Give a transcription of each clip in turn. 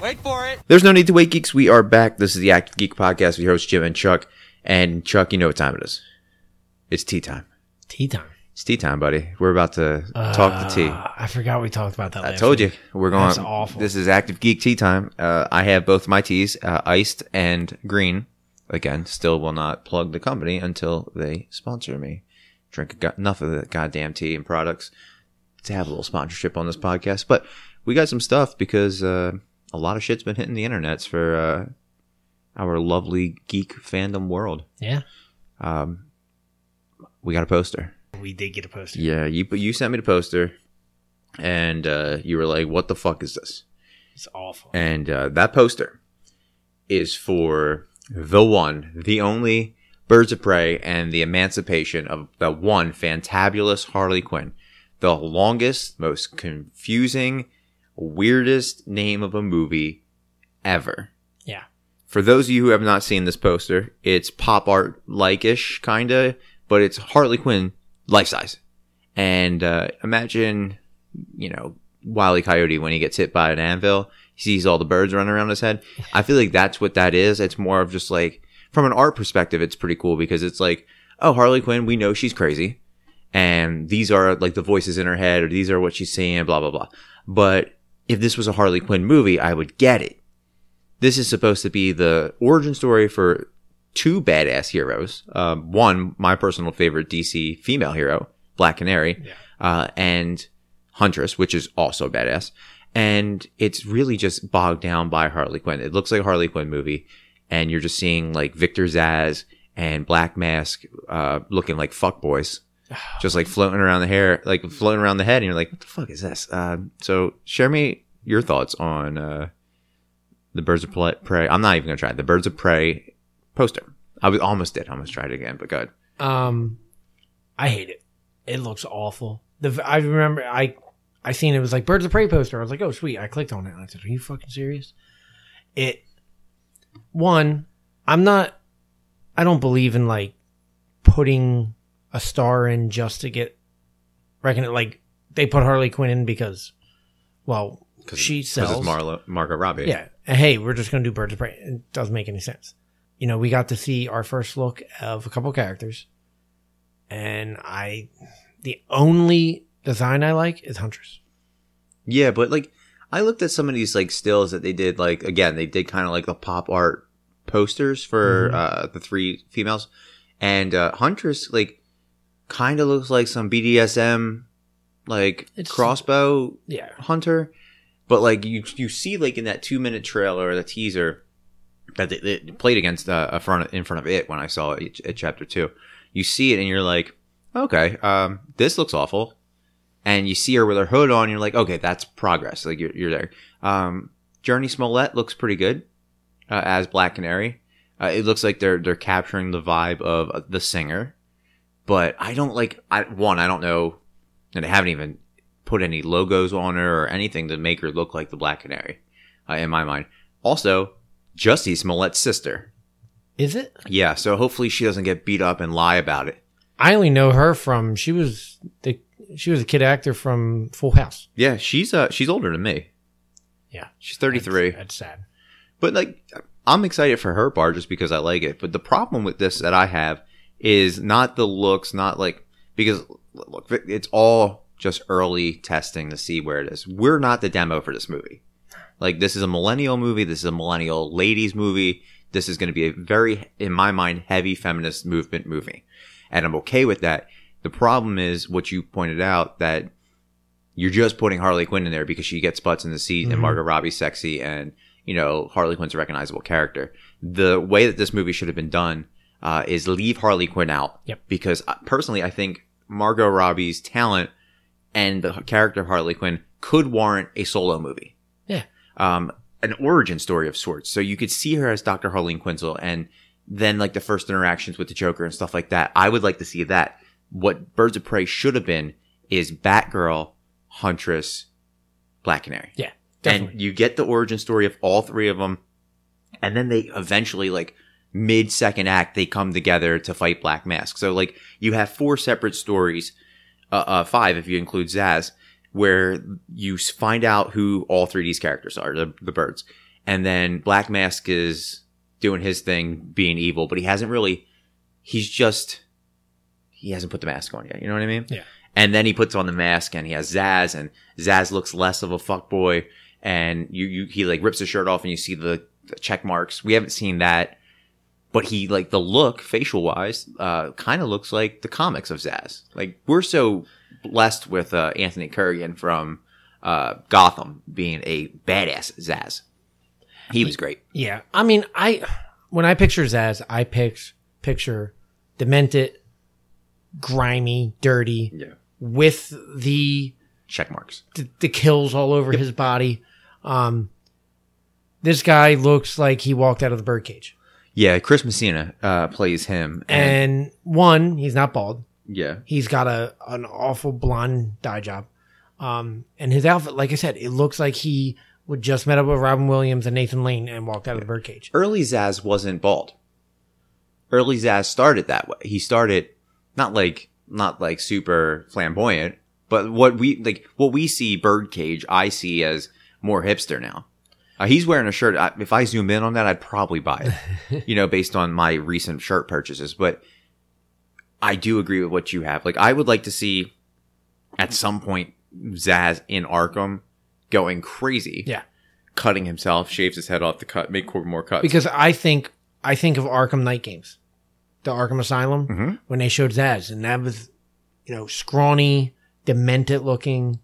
Wait for it. There's no need to wait, geeks. We are back. This is the Active Geek Podcast with your hosts, Jim and Chuck. And Chuck, you know what time it is. It's tea time. Tea time. It's tea time, buddy. We're about to talk the tea. Uh, I forgot we talked about that. I told you we're going. That's awful. This is Active Geek Tea Time. Uh, I have both my teas, uh, iced and green. Again, still will not plug the company until they sponsor me. Drink go- enough of the goddamn tea and products to have a little sponsorship on this podcast. But we got some stuff because uh, a lot of shit's been hitting the internets for uh, our lovely geek fandom world. Yeah, Um, we got a poster. we did get a poster. Yeah, you you sent me the poster, and uh, you were like, "What the fuck is this?" It's awful. And uh, that poster is for the one, the only Birds of Prey and the emancipation of the one fantabulous Harley Quinn, the longest, most confusing, weirdest name of a movie ever. Yeah. For those of you who have not seen this poster, it's pop art like ish, kind of, but it's Harley Quinn life size. And uh, imagine, you know, Wile E. Coyote when he gets hit by an anvil, he sees all the birds running around his head. I feel like that's what that is. It's more of just like, from an art perspective, it's pretty cool because it's like, oh, Harley Quinn, we know she's crazy. And these are like the voices in her head, or these are what she's saying, blah, blah, blah. But if this was a Harley Quinn movie, I would get it this is supposed to be the origin story for two badass heroes. Um, one, my personal favorite DC female hero, Black Canary, Yeah. uh, and Huntress, which is also badass. And it's really just bogged down by Harley Quinn. It looks like a Harley Quinn movie, and you're just seeing like Victor Zaz and Black Mask uh, looking like fuckboys just like floating around the hair, like floating around the head, and you're like, what the fuck is this? Uh, so share me your thoughts on uh, the Birds of Pre- Prey. I'm not even gonna try it. the Birds of Prey poster. I was almost did, almost tried it again, but good. Um, I hate it. It looks awful. The v- I remember I I seen it was like Birds of Prey poster. I was like, oh sweet. I clicked on it and I said, are you fucking serious? It one. I'm not. I don't believe in like putting a star in just to get reckon it like they put Harley Quinn in because well she sells it's Marlo, Margot Robbie. Yeah. And hey, we're just going to do Birds of Prey. It doesn't make any sense. You know, we got to see our first look of a couple characters. And I, the only design I like is Huntress. yeah, but like I looked at some of these like stills that they did. Like again, they did kind of like the pop art posters for uh, the three females, and uh, Huntress like kind of looks like some BDSM like It's- crossbow Yeah. hunter but like you you see like in that two minute trailer or the teaser that they, they played against uh, a front in front of it when i saw it at chapter two you see it and you're like okay um this looks awful and you see her with her hood on you're like okay that's progress like you're, you're there um journey smollett looks pretty good uh, as black canary uh, it looks like they're they're capturing the vibe of uh, the singer but i don't like i one i don't know and they haven't even put any logos on her or anything to make her look like the Black Canary, uh, in my mind. Also, Jussie Smollett's sister. Is it? Yeah, so hopefully she doesn't get beat up and lie about it. I only know her from, she was the, she was a kid actor from Full House. Yeah, she's uh she's older than me. Yeah. She's 33. That's, that's sad. But like, I'm excited for her part just because I like it. But the problem with this that I have is not the looks, not like because look, it's all just early testing to see where it is. We're not the demo for this movie. Like, this is a millennial movie. This is a millennial ladies movie. This is going to be a very, in my mind, heavy feminist movement movie, and I'm okay with that. The problem is what you pointed out that you're just putting Harley Quinn in there because she gets butts in the seat and Mhm. Margot Robbie's sexy and you know Harley Quinn's a recognizable character. The way that this movie should have been done uh, is leave Harley Quinn out. Yep. Because uh, personally, I think Margot Robbie's talent and the character of Harley Quinn could warrant a solo movie. Yeah. Um, an origin story of sorts. So you could see her as Dr. Harleen Quinzel and then like the first interactions with the Joker and stuff like that. I would like to see that. What Birds of Prey should have been is Batgirl, Huntress, Black Canary. Yeah. Definitely. And you get the origin story of all three of them. And then they eventually, like, mid second act, they come together to fight Black Mask. So, like, you have four separate stories, uh, uh, five if you include Zaz, where you s- find out who all three of these characters are, the, the birds. And then Black Mask is doing his thing, being evil, but he hasn't really. He's just he hasn't put the mask on yet. You know what I mean? Yeah. And then he puts on the mask, and he has Zaz, and Zaz looks less of a fuckboy, and you you he like rips his shirt off, and you see the, the check marks. We haven't seen that, but he like the look facial wise, uh, kind of looks like the comics of Zaz. Like we're so blessed with uh, Anthony Kurgan from uh, Gotham being a badass Zaz. He was great. Yeah, I mean, I when I picture Zaz, I pic- picture demented, grimy, dirty, Yeah. with the Check marks. the, the kills all over his body. Um, this guy looks like he walked out of the birdcage. Yeah, Chris Messina uh, plays him, and And one, he's not bald. yeah, He's got a an awful blonde dye job. Um, and his outfit, like I said, it looks like he would just met up with Robin Williams and Nathan Lane and walked out of the birdcage. early Zaz wasn't bald. Early Zaz started that way. He started not like not like super flamboyant, but what we like what we see Birdcage, I see as more hipster now. Uh, he's wearing a shirt. I, if I zoom in on that, I'd probably buy it. you know, based on my recent shirt purchases. But I do agree with what you have. Like, I would like to see at some point Zaz in Arkham going crazy. Yeah. Cutting himself, shaves his head off to cut, make more cuts. Because I think I think of Arkham Night Games, the Arkham Asylum, Mhm. when they showed Zaz, and that was, you know, scrawny, demented looking,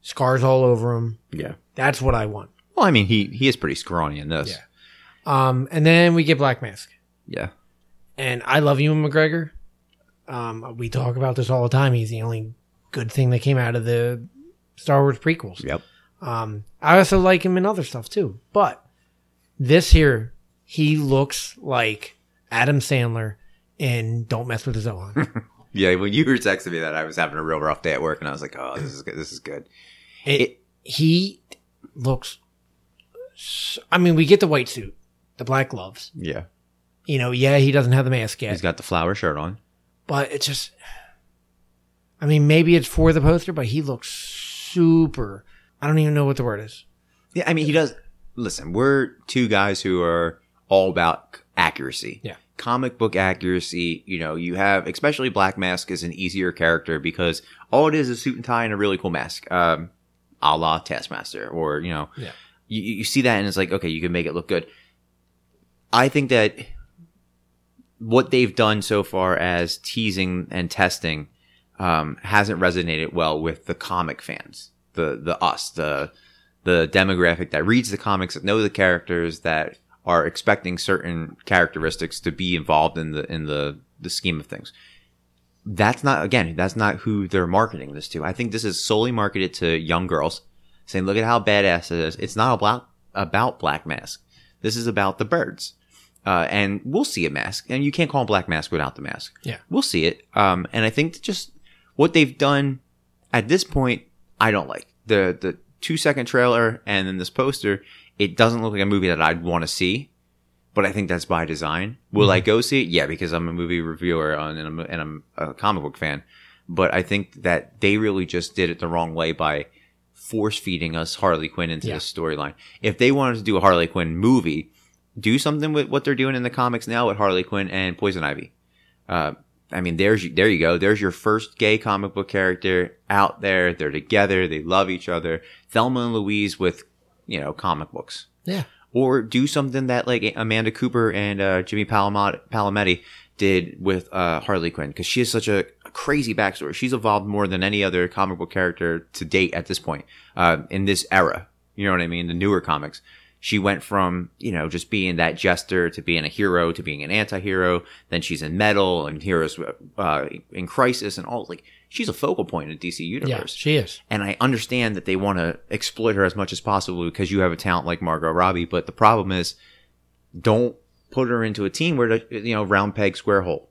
scars all over him. yeah. That's what I want. Well, I mean, he he is pretty scrawny in this. Yeah. Um, and then we get Black Mask, Yeah. and I love Ewan McGregor. Um, we talk about this all the time. He's the only good thing that came out of the Star Wars prequels. Yep. Um, I also like him in other stuff too, but this here, he looks like Adam Sandler in Don't Mess with the Zohan. Yeah. When you were texting me that, I was having a real rough day at work, and I was like, "Oh, this is good. This is good." it, It- he looks. s- I mean, we get the white suit, the black gloves. Yeah. You know, yeah, he doesn't have the mask yet. He's got the flower shirt on. but it's just I mean maybe it's for the poster, but he looks super I don't even know what the word is. Yeah. I mean, he does. Listen, we're two guys who are all about accuracy. Yeah. Comic book accuracy. You know, you have especially Black Mask is an easier character because all it is is suit and tie and a really cool mask, um, a la Taskmaster, or you know, Yeah. you, you you see that and it's like, okay, you can make it look good. I think that what they've done so far as teasing and testing um, hasn't resonated well with the comic fans, the the us, the the demographic that reads the comics, that know the characters, that are expecting certain characteristics to be involved in the in the the scheme of things. That's not again, that's not who they're marketing this to. I think this is solely marketed to young girls, saying, "Look at how badass it is." It's not about about Black Mask. This is about the birds uh, and we'll see a mask. And you can't call him Black Mask without the mask. Yeah. we'll see it. Um, and I think that just what they've done at this point, I don't like the the two second trailer and then this poster. It doesn't look like a movie that I'd want to see, but I think that's by design. Will I go see it? Yeah, because I'm a movie reviewer on, and I'm and I'm a comic book fan. But I think that they really just did it the wrong way by force feeding us Harley Quinn into Yeah. this storyline. If they wanted to do a Harley Quinn movie, do something with what they're doing in the comics now with Harley Quinn and Poison Ivy. Uh, I mean, there's there you go. There's your first gay comic book character out there. They're together. They love each other. Thelma and Louise with you know comic books, Yeah. or do something that like Amanda Cooper and uh, Jimmy Palamo- Palametti did with uh, Harley Quinn because she has such a crazy backstory. She's evolved more than any other comic book character to date at this point uh, in this era. You know what I mean? The newer comics she went from you know just being that jester to being a hero to being an anti-hero then she's in metal and heroes uh, in crisis and all like she's a focal point in dc Yeah, universe she is. and i understand that they want to exploit her as much as possible because you have a talent like margot robbie but the problem is don't put her into a team where the, you know round peg square hole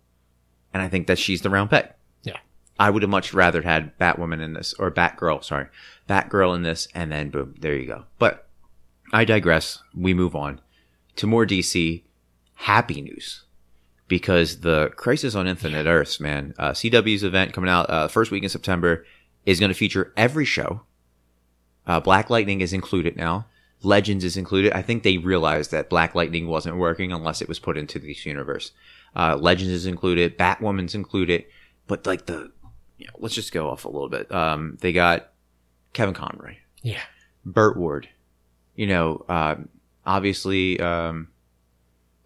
and i think that she's the round peg Yeah. i would have much rather had batwoman in this or batgirl sorry batgirl in this and then boom there you go but I digress. We move on to more DC happy news because the Crisis on Infinite Earths, man, uh, CW's event coming out uh, first week in September is going to feature every show. Uh, Black Lightning is included now. Legends is included. I think they realized that Black Lightning wasn't working unless it was put into this universe. Uh, Legends is included. Batwoman's included. But like the, you know, let's just go off a little bit. Um, they got Kevin Conroy, Yeah. Burt Ward. You know, um, obviously um,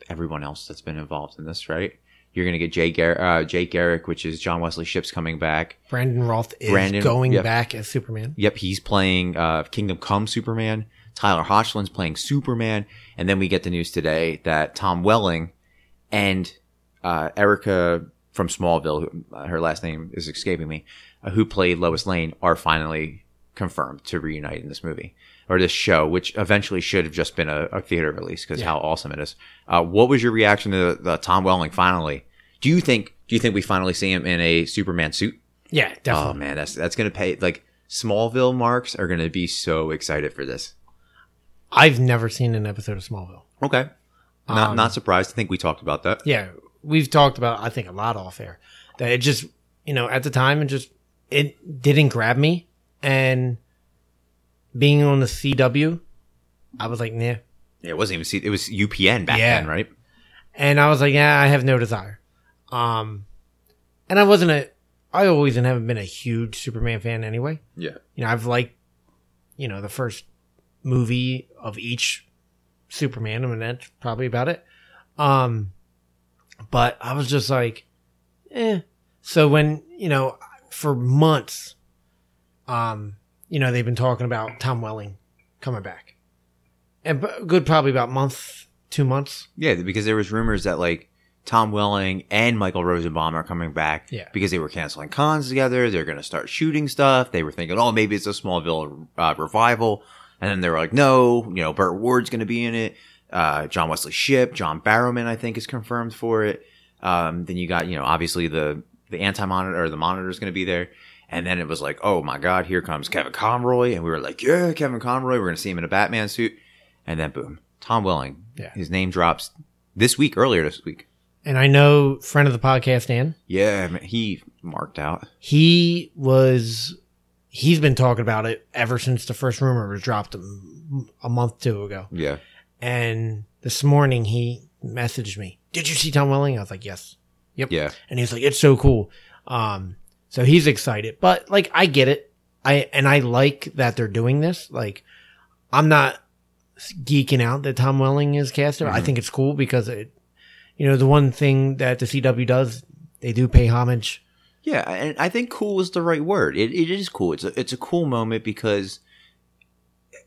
everyone else that's been involved in this, right? You're gonna get Jay Gar- uh, Jake Garrick, which is John Wesley Ships coming back. Brandon Roth is Brandon- going yeah. back as Superman. Yep, he's playing uh, Kingdom Come Superman. Tyler Hochlin's playing Superman, and then we get the news today that Tom Welling and uh, Erica from Smallville, who, uh, her last name is escaping me, uh, who played Lois Lane, are finally confirmed to reunite in this movie or this show, which eventually should have just been a, a theater release because Yeah. how awesome it is. Uh, what was your reaction to the, the Tom Welling finally? Do you think? Do you think we finally see him in a Superman suit? Yeah, Oh definitely. man, that's that's gonna pay. Like Smallville marks are gonna be so excited for this. I've never seen an episode of Smallville. Okay, not Um, not surprised. I think we talked about that. yeah, we've talked about I think a lot off air that it just you know at the time it just it didn't grab me and being on the CW, I was like nah, Yeah, It wasn't even C- it was UPN back Yeah. then, right? and I was like yeah I have no desire, um, and I wasn't a I always and haven't been a huge Superman fan anyway. Yeah, You know I've liked you know the first movie of each Superman and that's probably about it, um, but I was just like eh. So when you know, for months, um, you know they've been talking about Tom Welling coming back, and b- good probably about month, two months. yeah, because there was rumors that like Tom Welling and Michael Rosenbaum are coming back. Yeah. because they were canceling cons together. They're gonna start shooting stuff. They were thinking, oh, maybe it's a Smallville uh, revival, and then they were like, no, you know, Burt Ward's gonna be in it. Uh, John Wesley Ship, John Barrowman, I think, is confirmed for it. Um, then you got, you know, obviously the the anti monitor or the monitor is going to be there. And then it was like, oh my God, here comes Kevin Conroy. And we were like, yeah, Kevin Conroy. We're going to see him in a Batman suit. And then boom, Tom Welling. Yeah. His name drops this week, earlier this week. And I know friend of the podcast Dan, Yeah, man, he marked out. he was, he's been talking about it ever since the first rumor was dropped a, m- a month two ago. Yeah. And this morning he messaged me, "Did you see Tom Welling?" I was like, "Yes." Yeah. and he's like it's so cool um so he's excited but like i get it i and i like that they're doing this like i'm not geeking out that tom welling is caster i Mhm. think it's cool because it you know the one thing that the cw does they do pay homage Yeah, and I think cool is the right word. It, it is cool. It's a, it's a cool moment because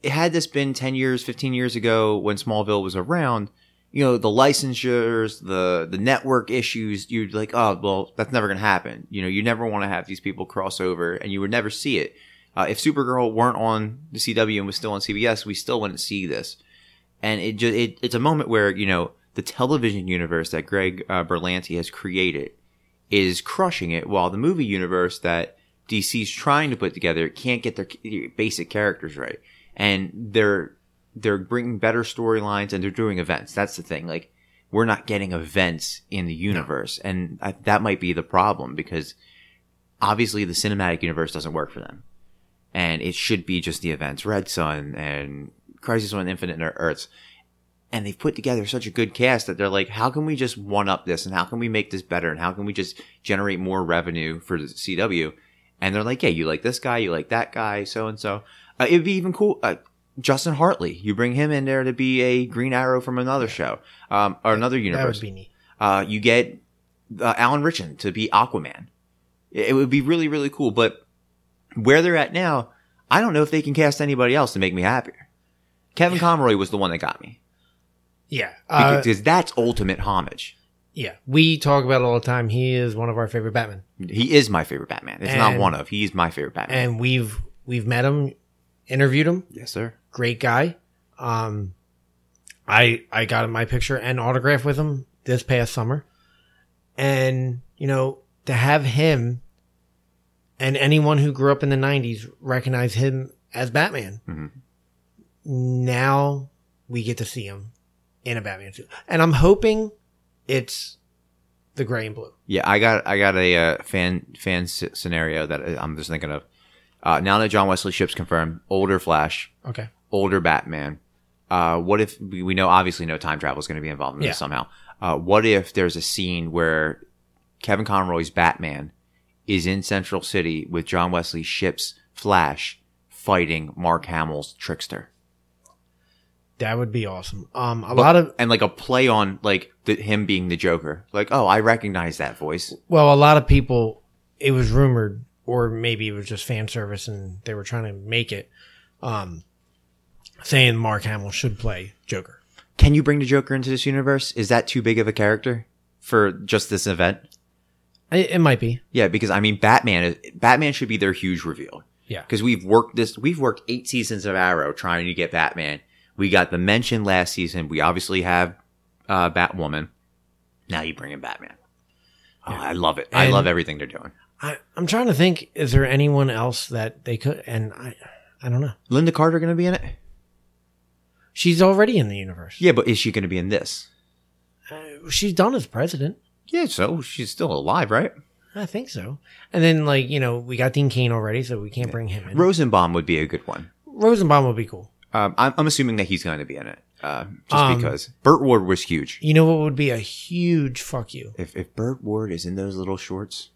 it had this been 10 years, 15 years ago when Smallville was around, you know, the licensures, the the network issues, you'd like, oh, well, that's never going to happen. You know, you never want to have these people cross over and you would never see it. Uh, if Supergirl weren't on the CW and was still on CBS, we still wouldn't see this. And it just it, it's a moment where, you know, the television universe that Greg uh, Berlanti has created is crushing it while the movie universe that DC's trying to put together can't get their c- basic characters right. And they're they're bringing better storylines and they're doing events. That's the thing. Like we're not getting events in the universe and I, that might be the problem because obviously the cinematic universe doesn't work for them. And it should be just the events Red Sun and Crisis on Infinite Earths. And they've put together such a good cast that they're like, how can we just one up this and how can we make this better and how can we just generate more revenue for the CW? And they're like, yeah, you like this guy, you like that guy, so and so. Uh, It'd be even cool. Uh, Justin Hartley, you bring him in there to be a Green Arrow from another show um, or another universe. that would be neat Uh, you get uh, Alan Richin to be Aquaman. It, it would be really, really cool. But where they're at now, I don't know if they can cast anybody else to make me happier. Kevin Conroy was the one that got me yeah because, uh, because that's ultimate homage. yeah we talk about it all the time he is one of our favorite batman He is my favorite Batman. It's not And- one of. He's my favorite Batman. and we've we've met him interviewed him yes, sir. great guy. Um, I I got my picture and autograph with him this past summer, and you know to have him and anyone who grew up in the '90s recognize him as Batman. Mhm. Now we get to see him in a Batman suit, and I'm hoping it's the gray and blue. Yeah, I got I got a uh, fan fan sc- scenario that I- I'm Uh, just thinking of. Uh, now that John Wesley Ship's confirmed, older Flash, Okay, older Batman, uh, what if we we know obviously no time travel is going to be involved in Yeah. this somehow? Uh, what if there's a scene where Kevin Conroy's Batman is in Central City with John Wesley Ship's Flash fighting Mark Hamill's Trickster? That would be awesome. Um, a lot of and like a play on like the, him being the Joker. Like, oh, I recognize that voice. well, a lot of people. It was rumored, or maybe it was just fan service, and they were trying to make it, um, saying Mark Hamill should play Joker. Can you bring the Joker into this universe? Is that too big of a character for just this event? It, it might be. Yeah, because I mean, Batman is Batman should be their huge reveal. Yeah. because we've worked this. We've worked eight seasons of Arrow trying to get Batman. We got the mention last season. We obviously have uh, Batwoman. Now you bring in Batman. Oh, I love it. I And- love everything they're doing. I, I'm trying to think. Is there anyone else that they could? And I, I don't know. Linda Carter going to be in it? She's already in the universe. Yeah, but is she going to be in this? Uh, she's done as president. Yeah, so she's still alive, right? I think so. And then, like you know, we got Dean Kane already, so we can't bring him in. Rosenbaum would be a good one. Rosenbaum would be cool. Um, I'm, I'm assuming that he's going to be in it, uh, just Um, because Burt Ward was huge. You know what would be a huge fuck you? If if Burt Ward is in those little shorts,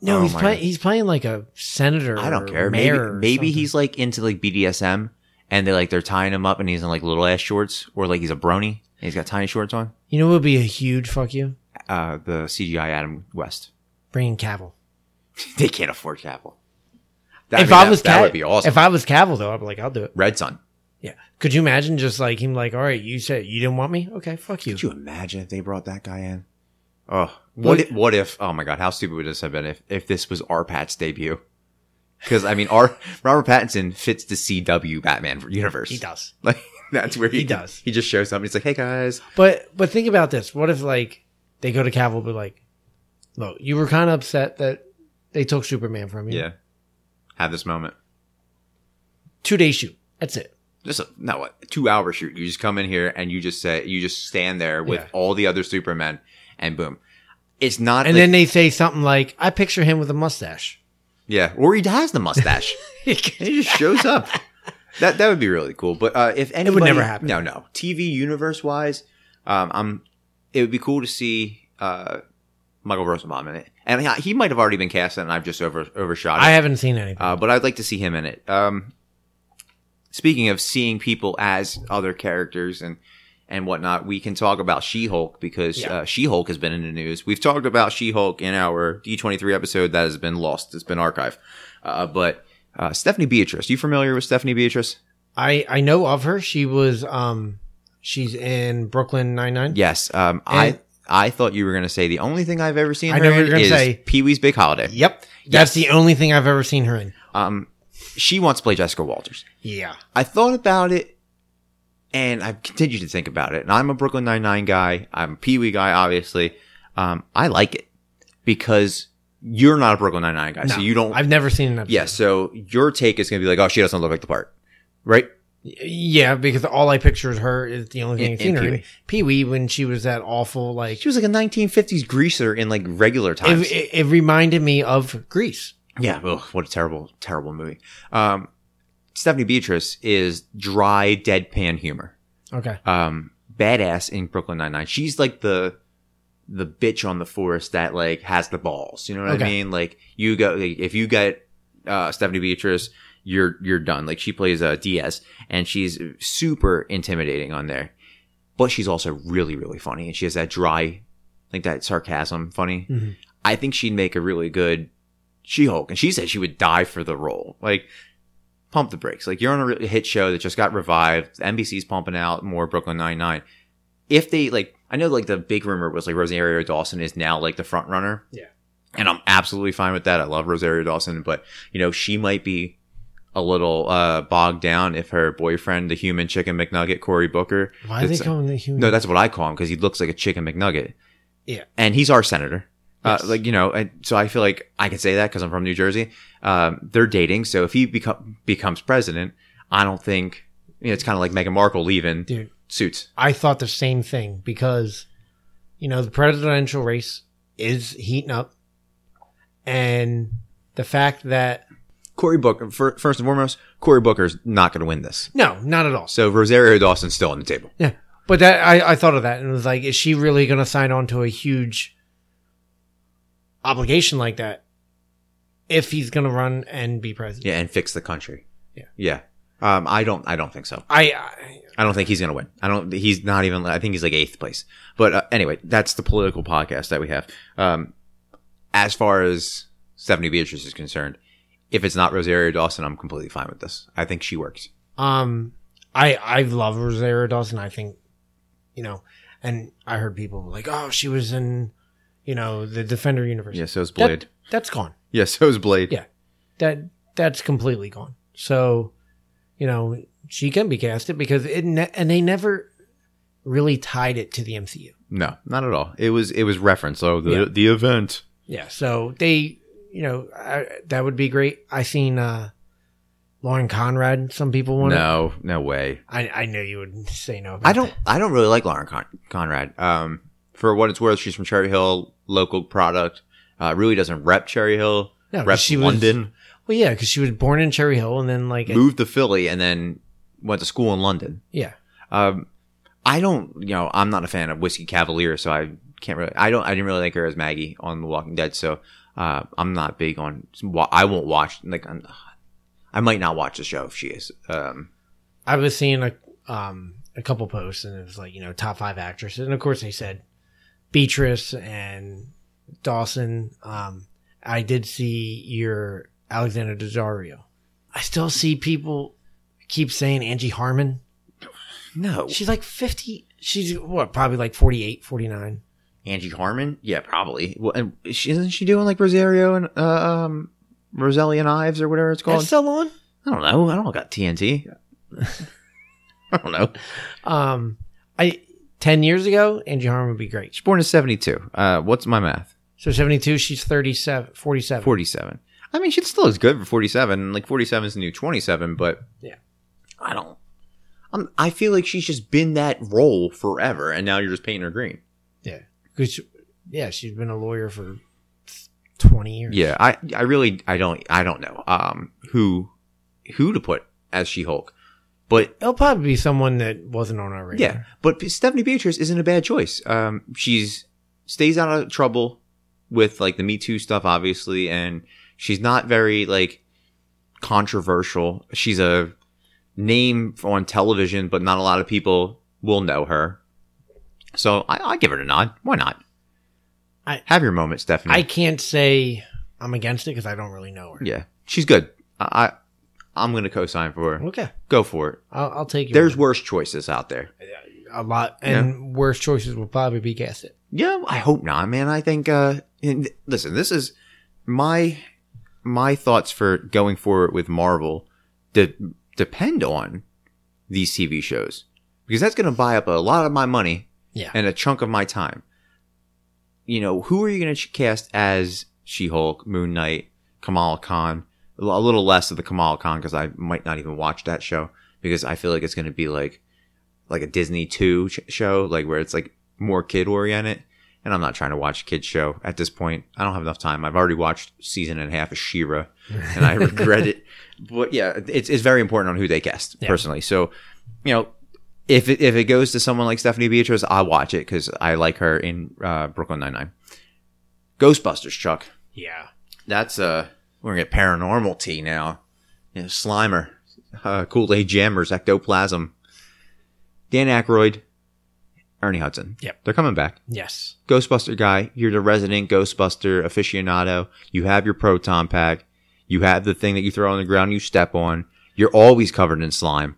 No, Oh he's my playing. God. He's playing like a senator. I don't or care. Maybe Mayor or maybe something. he's like into like BDSM, and they like they're tying him up, and he's in like little ass shorts, or like he's a brony and he's got tiny shorts on. You know what would be a huge fuck you? Uh, the CGI Adam West. Bringing Cavill. they can't afford Cavill. That, I, if mean, I that- was that Ca- would be awesome. If I was Cavill, though, I'd be like, I'll do it. Red Sun. Yeah. Could you imagine just like him? Like, all right, you said you didn't want me. Okay, fuck you. Could you imagine if they brought that guy in? Oh, what? If, what if? Oh my God, how stupid would this have been if if this was our Pat's debut? Because I mean, our Robert Pattinson fits the CW Batman universe. He does. Like that's where he, He does. He just shows up. and He's like, "Hey guys, But but think about this. What if like they go to Cavill, but like, look, you were kind of upset that they took Superman from you. yeah, have this moment." Two day shoot. That's it. Just a, not what two hour shoot. You just come in here and you just say you just stand there with Yeah. all the other Supermen, and boom, it's not. And like- then they say something like, "I picture him with a mustache." yeah, or he has the mustache. And he just shows up. That that would be really cool. But uh, if anybody, never happen. No, no. TV universe wise, um, I'm. It would be cool to see uh, Michael Rosenbaum in it, and he- he might have already been cast, and I've just over overshot I it. haven't seen anything. uh, but I'd like to see him in it. Um, speaking of seeing people as other characters and and whatnot, we can talk about She Hulk because Yeah. uh, She Hulk has been in the news. We've talked about She Hulk in our D23 episode that has been lost, it's been archived. Uh, but uh, Stephanie Beatrice, you familiar with Stephanie Beatrice? I I know of her. She was um she's in Brooklyn Nine Nine. Yes. Um, And- I I thought you were going to say the only thing I've ever seen I her know what in you're gonna is say. Pee Wee's Big Holiday. Yep. Yes. That's the only thing I've ever seen her in. Um, she wants to play Jessica Walters. Yeah. I thought about it and I've continued to think about it. And I'm a Brooklyn Nine-Nine guy. I'm a Pee Wee guy, obviously. Um, I like it because you're not a Brooklyn Nine-Nine guy. so No, you don't. I've never seen an episode. yeah. So your take is going to be like, oh, she doesn't look like the part. Right? Yeah, because all I picture is her is the only thing In- I've in seen her in. Pee-wee. Pee Wee when she was that awful like She was like a 1950s greaser in like regular times. it, it, it reminded me of Greece. yeah. Ugh, what a terrible, terrible movie. Um, Stephanie Beatrice is dry, deadpan humor. Okay. um, badass in Brooklyn Nine Nine. She's like the the bitch on the force that like has the balls. You know what I Okay. mean? Like you go like, if you get uh, Stephanie Beatrice, you're you're done. Like she plays uh, Diaz, and she's super intimidating on there, but she's also really really funny, and she has that dry, like that sarcasm funny. Mhm. I think she'd make a really good She Hulk, and she said she would die for the role. Like pump the brakes. Like you're on a re- hit show that just got revived. NBC's pumping out more Brooklyn Nine Nine. If they like, I know like the big rumor was like Rosario Dawson is now like the front runner. Yeah. and I'm absolutely fine with that. I love Rosario Dawson, but you know she might be a little uh, bogged down if her boyfriend, the human chicken McNugget Cory Booker. Why are they It's- calling the human? No, that's what I call him because he looks like a chicken McNugget. Yeah. and he's our senator. Yes. Uh, like you know, and so I feel like I can say that because I'm from New Jersey. Um, they're dating, so if he become becomes president, I don't think you know, it's kind of like Meghan Markle leaving Dude. suits. I thought the same thing because, you know, the presidential race is heating up, and the fact that Cory Booker, fir- first and foremost, Cory Booker's not going to win this. No, not at all. So Rosario Dawson's still on the table. Yeah. But that I, I thought of that and was like, is she really gonna sign on to a huge obligation like that if he's gonna run and be president? Yeah, and fix the country. Yeah. yeah. Um, I don't. I don't think so. I, I I don't think he's gonna win. I don't. He's not even. I think he's like eighth place. But uh, anyway, that's the political podcast that we have. Um, as far as Stephanie Beatrice is concerned, if it's not Rosario Dawson, I'm completely fine with this. I think she works. um I I love Rosario Dawson. I think you know, and I heard people like, oh, she was in you know the Defender universe. Yeah. So is That- Blade. That's gone. yeah. So is Blade. Yeah. that that's completely gone. So, you know, she can be casted because it ne- and they never really tied it to the MCU. No, not at all. It was. It was referenced. Oh, the Yeah. the event. Yeah, so they, you know, I, that would be great. I seen uh Lauren Conrad. Some people want. to No, no way. I I knew you would say no. About I don't. that. I don't really like Lauren Con- Conrad. Um, for what it's worth, she's from Cherry Hill, local product. Uh, really doesn't rep Cherry Hill. No, 'cause reps she was- London. Well, yeah, because she was born in Cherry Hill and then like moved to Philly and then went to school in London. yeah, Um, I don't, you know, I'm not a fan of Whiskey Cavalier, so I can't really, I don't, I didn't really like her as Maggie on The Walking Dead, so uh, I'm not big on, I won't watch, like, I'm, I might not watch the show if she is. Um, I was seeing a um a couple posts and it was like you know top five actresses and of course they said Beatrice and Dawson. Um, I did see your Alexander Daddario. I still see people keep saying Angie Harmon. no. She's like 50. She's what, probably like 48, 49. Angie Harmon? Yeah, probably. Well, and she, isn't she doing like Rosario and, uh, um, Rosalie and Ives or whatever it's called? That's still on. I don't know. I don't got TNT. I don't know. Um, I 10 years ago, Angie Harmon would be great. She's born in 72. Uh, what's my math? So 72, she's 37, 47. 47. I mean, she still looks good for 47. Like 47 is the new 27, but Yeah. I don't. I'm, I feel like she's just been that role forever, and now you're just painting her green. Yeah. 'Cause she- yeah, she's been a lawyer for 20 years. Yeah, I I really I don't I don't know um who who to put as She Hulk, but It'll probably be someone that wasn't on our radar. yeah, but Stephanie Beatrice isn't a bad choice. Um, she's stays out of trouble with like the Me Too stuff, obviously, and she's not very like controversial. She's a name on television, but not a lot of people will know her. So I, I give her a nod. Why not? I- have your moment, Stephanie. I can't say I'm against it because I don't really know her. yeah, she's good. I, I I'm gonna co-sign for her. Okay. Go for it. I'll, I'll take you. There's worse choices out there. a lot, and worse choices will probably be casted. Yeah, I hope not, man. I think uh and th- listen, this is my my thoughts for going forward with Marvel de- depend on these TV shows because that's going to buy up a lot of my money Yeah. and a chunk of my time. You know, who are you going to cast as She-Hulk, Moon Knight, Kamala Khan? A l- a little less of the Kamala Khan cuz I might not even watch that show because I feel like it's going to be like like a Disney 2 sh- show, like where it's like more kid oriented. And I'm not trying to watch a kid show at this point. I don't have enough time. I've already watched season and a half of She-Ra and I regret it. But yeah, it's, it's very important on who they cast Yeah. personally. So, you know, if it, if it goes to someone like Stephanie Beatriz, I'll watch it because I like her in uh, Brooklyn Nine-Nine. Ghostbusters, Chuck. yeah. That's uh we're gonna get paranormal tea now. You know, Slimer, uh, Kool Aid Jammers, Ectoplasm, Dan Aykroyd, Ernie Hudson. Yep. they're coming back. Yes. Ghostbuster guy, you're the resident Ghostbuster aficionado. You have your proton pack. You have the thing that you throw on the ground, you step on. You're always covered in slime.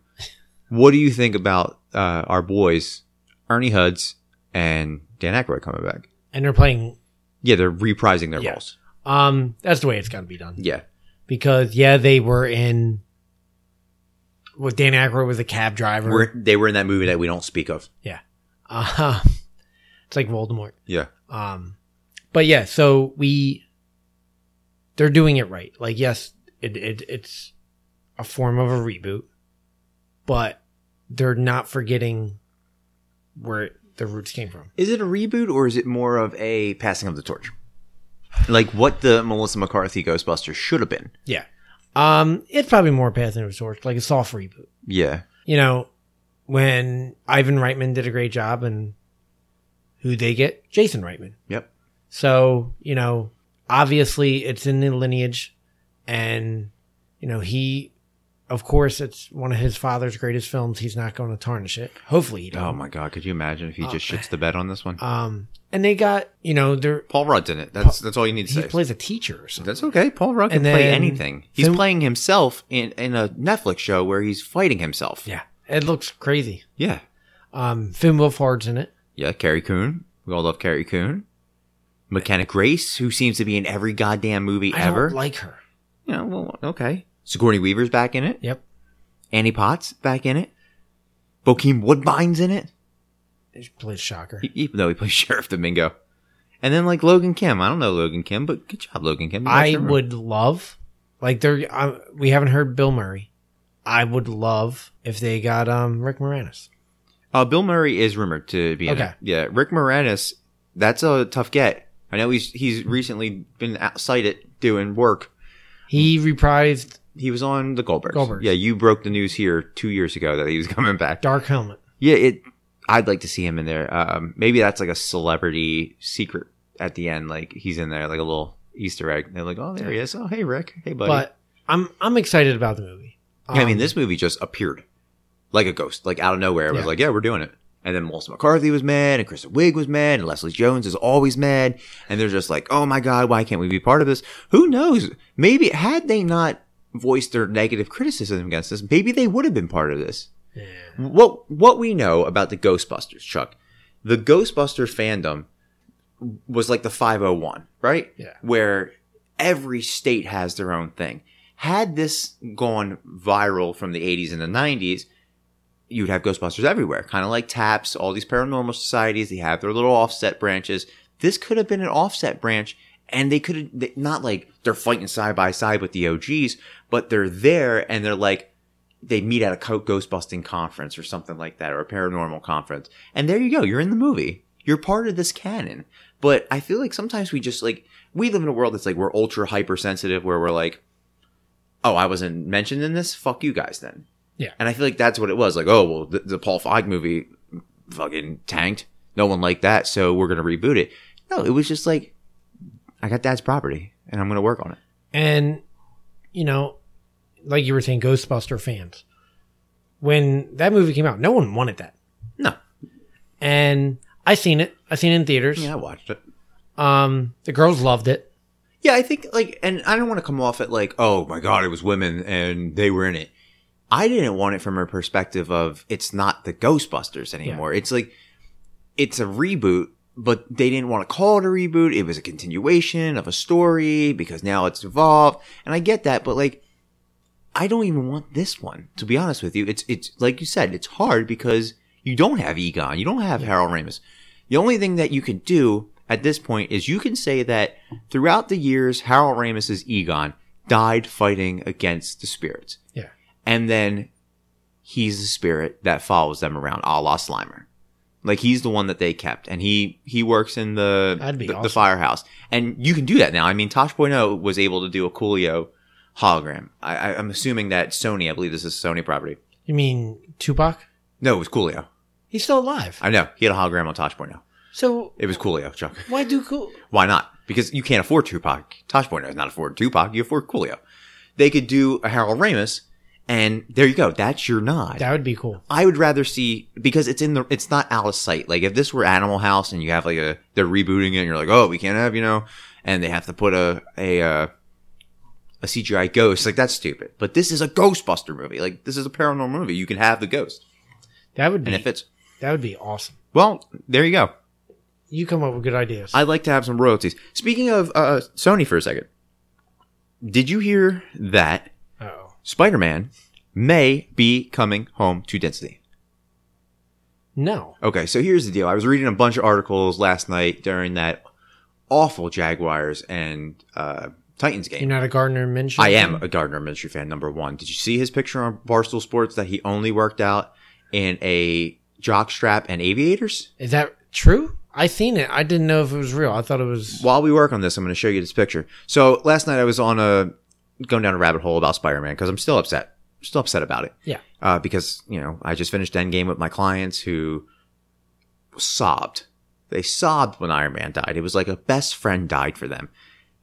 What do you think about uh, our boys, Ernie Huds and Dan Aykroyd coming back? And they're playing. Yeah, they're reprising their Yeah. roles. Um, that's the way it's got to be done. Yeah. because yeah, they were in. Well, Dan Aykroyd was a cab driver. We're, they were in that movie that we don't speak of. Uh, it's like Voldemort. Yeah. Um, but yeah, so we they're doing it right. Like, yes, it, it it's a form of a reboot, but they're not forgetting where the roots came from. Is it a reboot or is it more of a passing of the torch? Like what the Melissa McCarthy Ghostbusters should have been. Yeah, Um, it's probably more a path of source, like a soft reboot. Yeah. You know, when Ivan Reitman did a great job, and who they get Jason Reitman. Yep. So you know, obviously it's in the lineage, and you know he, of course, it's one of his father's greatest films. He's not going to tarnish it. Hopefully he does. Oh my god, could you imagine if he just shits the bed on this one? Um, and they got you know they're Paul Rudd's in it. That's that's all you need to he say. plays a teacher or something. that's okay. Paul Rudd can And play then- anything. He's then- playing himself in in a Netflix show where he's fighting himself. Yeah, it looks crazy. Yeah. Um, Finn Wolfhard's in it. Yeah, Carrie Coon. We all love Carrie Coon. Mechanic Grace, who seems to be in every goddamn movie I ever. don't like her. yeah, well, okay. Sigourney Weaver's back in it. Yep. Annie Potts back in it. Bokeem Woodbine's in it. She plays Shocker. E- Even though he plays Sheriff Domingo. And then like Logan Kim. I don't know Logan Kim, but good job, Logan Kim. You got I your- would love, like, there. I, we haven't heard Bill Murray. I would love if they got um Rick Moranis. Uh, Bill Murray is rumored to be in Okay. it. Yeah, Rick Moranis. That's a tough get. I know he's he's recently been out- cited doing work. He reprised He was on the Goldbergs. Goldbergs. Yeah, you broke the news here two years ago that he was coming back. Dark Helmet. Yeah, it. I'd like to see him in there. Um, maybe that's like a celebrity secret at the end. Like he's in there, like a little Easter egg. They're like, oh, there he is. Oh, hey, Rick. Hey, buddy. But I'm I'm excited about the movie. Yeah, I mean, Um, this movie just appeared like a ghost, like out of nowhere. It was Yeah. like, yeah, we're doing it. And then Melissa McCarthy was mad, and Kristen Wiig was mad, and Leslie Jones is always mad. And they're just like, oh my God, why can't we be part of this? Who knows? Maybe had they not voiced their negative criticism against this, maybe they would have been part of this. yeah. What, what we know about the Ghostbusters, Chuck, the Ghostbusters fandom was like the 501, right? Yeah. Where every state has their own thing. Had this gone viral from the 80s and the 90s, you'd have Ghostbusters everywhere, kind of like TAPS, all these paranormal societies, they have their little offset branches. This could have been an offset branch, and they could have not like they're fighting side by side with the OGs, but they're there and they're like, they meet at a co- ghostbusting conference or something like that, or a paranormal conference. And there you go. You're in the movie. You're part of this canon. But I feel like sometimes we just like, we live in a world that's like, we're ultra hypersensitive where we're like, oh, I wasn't mentioned in this? Fuck you guys then. Yeah. And I feel like that's what it was. Like, oh, well, the, the Paul Feig movie fucking tanked. No one liked that. So we're going to reboot it. No, it was just like, I got dad's property and I'm going to work on it. And you know, like you were saying, Ghostbuster fans. When that movie came out, no one wanted that. No. And I seen it. I seen it in theaters. Yeah, I watched it. Um, the girls loved it. Yeah, I think like, and I don't want to come off at like, oh my god, it was women and they were in it. I didn't want it from a perspective of it's not the Ghostbusters anymore. It's like it's a reboot, but they didn't want to call it a reboot. It was a continuation of a story because now it's evolved, and I get that, but like, I don't even want this one. To be honest with you, it's it's like you said, it's hard because you don't have Egon, you don't have Harold Ramis. The only thing that you can do at this point is you can say that throughout the years, Harold Ramis's Egon died fighting against the spirits. Yeah. And then he's the spirit that follows them around, a la Slimer. Like he's the one that they kept, and he he works in the That'd be the, the awesome. firehouse, and you can do that now. I mean, Tosh Boy No was able to do a Coolio hologram. I, I, I'm assuming that Sony, I believe this is Sony property. You mean Tupac? No, it was Coolio. He's still alive. I know he had a hologram on Tosh Boy No. So It was Coolio, Chuck. why do cool? Why not? Because you can't afford Tupac. Tosh Boy does not afford Tupac. You afford Coolio. They could do a Harold Ramis, and there you go. That's your nod. That would be cool. I would rather see because it's in the it's not out of sight. Like if this were Animal House and you have like a they're rebooting it, and you're like, oh, we can't have you know, and they have to put a a uh, a CGI ghost. Like that's stupid. But this is a Ghostbuster movie. Like this is a paranormal movie. You can have the ghost, That would and be if it's that would be awesome. well, there you go. You come up with good ideas. I'd like to have some royalties. Speaking of uh, Sony for a second, did you hear that oh Spider Man may be coming home to Density? no, Okay, so here's the deal. I was reading a bunch of articles last night during that awful Jaguars and uh, Titans game. you're not a Gardner Minshew. I am fan? a Gardner Minshew fan, number one. Did you see his picture on Barstool Sports that he only worked out in a jockstrap and aviators? Is that true? I seen it. I didn't know if it was real. I thought it was. While we work on this, I'm going to show you this picture. So last night I was on a going down a rabbit hole about Spider Man because I'm still upset. I'm still upset about it. Yeah. Uh, because you know I just finished Endgame with my clients who sobbed. They sobbed when Iron Man died. It was like a best friend died for them.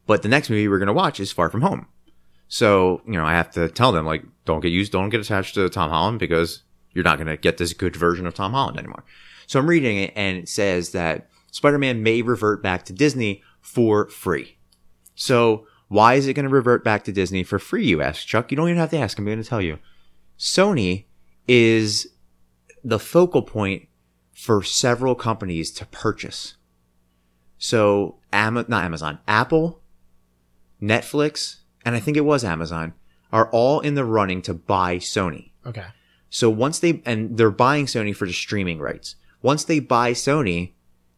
But the next movie we're gonna watch is Far From Home. So you know I have to tell them like don't get used, don't get attached to Tom Holland because you're not gonna get this good version of Tom Holland anymore. So I'm reading it and it says that Spider-Man may revert back to Disney for free. So why is it going to revert back to Disney for free? You ask Chuck. You don't even have to ask. I'm going to tell you. Sony is the focal point for several companies to purchase. So, Ama- not Amazon, Apple, Netflix, and I think it was Amazon are all in the running to buy Sony. Okay. So once they and they're buying Sony for the streaming rights. Once they buy Sony,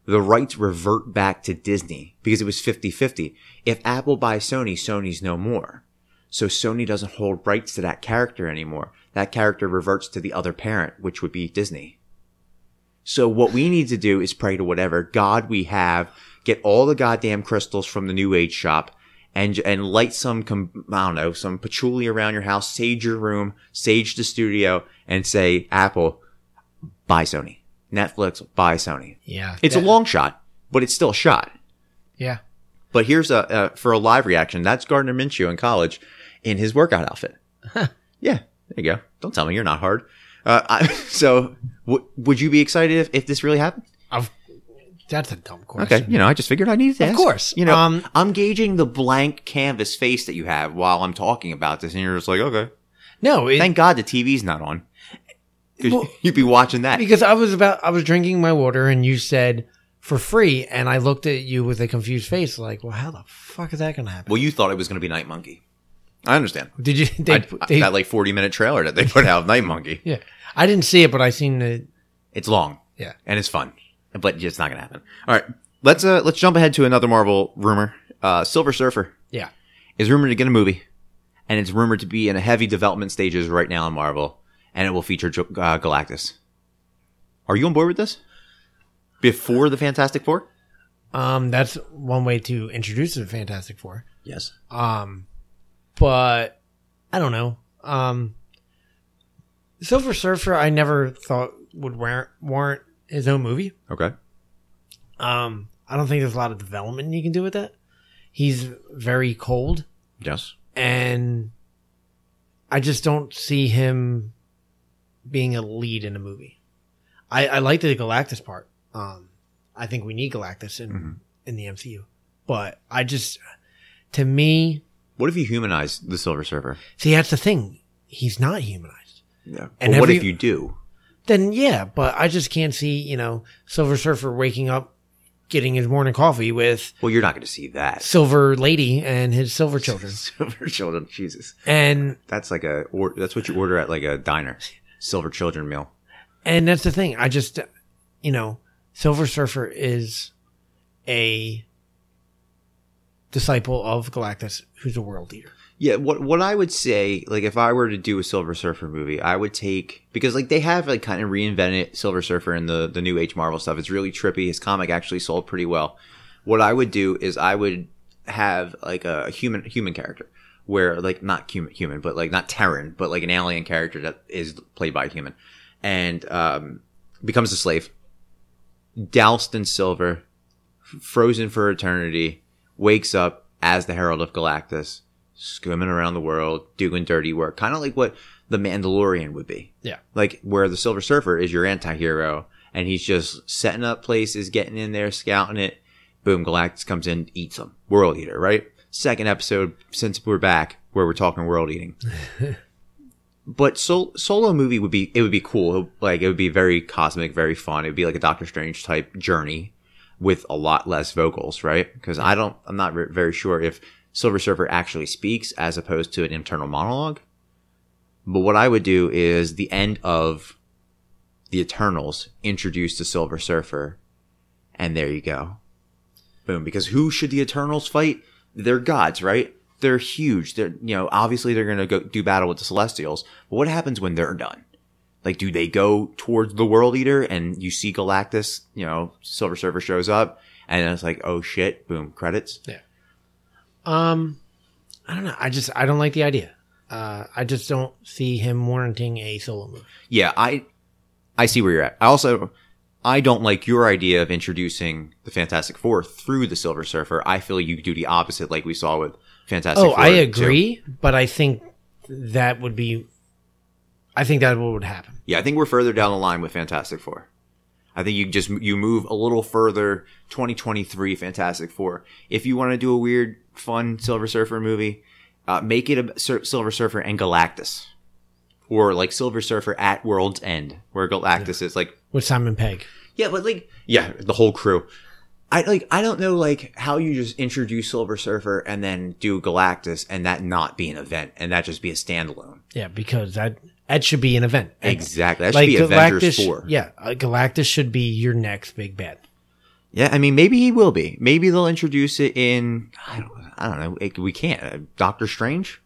the rights revert back to Disney because it was 50-50. If Apple buys Sony, Sony's no more. So Sony doesn't hold rights to that character anymore. That character reverts to the other parent, which would be Disney. So what we need to do is pray to whatever God we have, get all the goddamn crystals from the New Age shop, and and light some com- I don't know some patchouli around your house, sage your room, sage the studio, and say Apple, buy Sony, Netflix, buy Sony. Yeah. It's a that- long shot, but it's still a shot. Yeah. But here's a uh, for a live reaction. That's Gardner Minshew in college, in his workout outfit. Yeah, there you go. Don't tell me you're not hard. Uh, I, so, w- would you be excited if, if this really happened? I've, that's a dumb question. Okay, you know, I just figured I needed to. Of ask. course. you know, Um, I'm gauging the blank canvas face that you have while I'm talking about this, and you're just like, okay. No, it, Thank God the TV's not on. 'Cause Well- you'd be watching that. because I was about I was drinking my water and you said for free and I looked at you with a confused face like, well, how the fuck is that going to happen? Well, you thought it was going to be Night Monkey. I understand. Did you? They, I, they, that like 40 minute trailer that they put out of Night Monkey. yeah, I didn't see it, but I seen the It's long. yeah. and it's fun, but it's not gonna happen. All right, let's uh let's jump ahead to another Marvel rumor. Uh, Silver Surfer Yeah. is rumored to get a movie, and it's rumored to be in a heavy development stages right now in Marvel, and it will feature Jo- uh, Galactus. Are you on board with this? Before the Fantastic Four? Um, that's one way to introduce the Fantastic Four. Yes. Um, but I don't know. Um, Silver Surfer, I never thought would warrant, warrant his own movie. Okay. Um, I don't think there's a lot of development you can do with that. He's very cold, Yes. and I just don't see him being a lead in a movie. I, I like the Galactus part. Um, I think we need Galactus in Mhm. in the MCU, but I just to me, What if you humanize the Silver Surfer? see that's the thing. He's not humanized. Yeah. And And what every- if you do? Then yeah, but I just can't see you know Silver Surfer waking up, getting his morning coffee with Well, you're not gonna see that. Silver Lady and his Silver Children. Silver Children, Jesus. and That's like a or that's what you order at like a diner. Silver Children meal. and that's the thing i just you know silver surfer is a disciple of galactus who's a world leader Yeah, what what I would say, like if I were to do a Silver Surfer movie, I would take because like they have like kind of reinvented Silver Surfer and the the new Age Marvel stuff. It's really trippy. His comic actually sold pretty well. What I would do is I would have like a human human character where like not human human, but like not Terran, but like an alien character that is played by a human and um, becomes a slave, doused in silver, frozen for eternity, wakes up as the Herald of Galactus, swimming around the world, doing dirty work, kind of like what the Mandalorian would be. Yeah. Like where the Silver Surfer is your anti hero, and he's just setting up places, getting in there, scouting it. Boom, Galactus comes in, eats him. World Eater, right? Second episode since we're back where we're talking world eating. but sol- solo movie would be it would be cool. Like it would be very cosmic, very fun. It would be like a Doctor Strange type journey with a lot less vocals, right? Because I don't, I'm not re- very sure if Silver Surfer actually speaks as opposed to an internal monologue. But what I would do is the end of the Eternals introduced to Silver Surfer, and there you go. Boom. Because who should the Eternals fight? They're gods, right? They're huge. They're you know obviously they're gonna go do battle with the Celestials. But what happens when they're done? Like, do they go towards the World Eater and you see Galactus? You know, Silver Surfer shows up, and it's like, oh shit! Boom, credits. um I don't know. I just I don't like the idea. Uh, I just don't see him warranting a solo movie. Yeah, I I see where you're at. I also I don't like your idea of introducing the Fantastic Four through the Silver Surfer. I feel you do the opposite, like we saw with Fantastic. Oh, Four I too. agree, but I think that would be. I think that what would happen. Yeah, I think we're further down the line with Fantastic Four. I think you just you move a little further 2023 Fantastic Four. If you want to do a weird fun Silver Surfer movie, uh, make it a Sur- Silver Surfer and Galactus. Or like Silver Surfer at World's End, where Galactus is like with Simon Pegg. Yeah, but like yeah, the whole crew. I like I don't know like how you just introduce Silver Surfer and then do Galactus and that not be an event and that just be a standalone. Yeah, because that that should be an event. Exactly. That should be Avengers 4. Yeah, uh, Galactus should be your next big bad. Yeah, I mean, maybe he will be. Maybe they'll introduce it in. I don't. I don't know. It- we can't. Uh, Doctor Strange.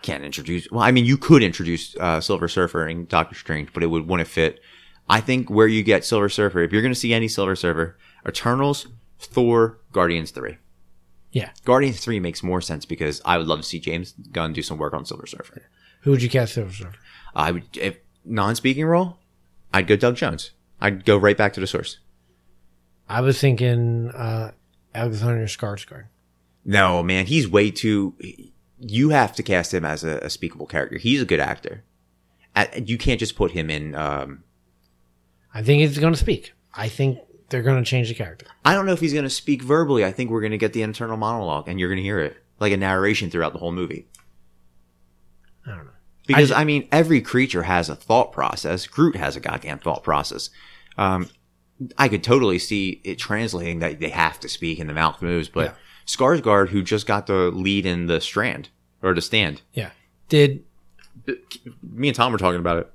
Can't introduce. Well, I mean, you could introduce uh, Silver Surfer and Doctor Strange, but it would wouldn't fit. I think where you get Silver Surfer, if you're going to see any Silver Surfer, Eternals, Thor, Guardians three. Yeah. Guardians three makes more sense because I would love to see James Gunn do some work on Silver Surfer. Who would you cast Silver Surfer? I would if non-speaking role, I'd go Doug Jones. I'd go right back to the source. I was thinking uh, Alexander Skarsgård. No, man, he's way too. You have to cast him as a, a speakable character. He's a good actor. A- You can't just put him in. Um, I think he's going to speak. I think they're going to change the character. I don't know if he's going to speak verbally. I think we're going to get the internal monologue, and you're going to hear it like a narration throughout the whole movie. I don't know. Because ju- I, mean, every creature has a thought process. Groot has a goddamn thought process. Um, I could totally see it translating that they have to speak and the mouth moves. But Yeah. Skarsgård, who just got the lead in the Strand or the Stand, Yeah. Did me and Tom were talking about it.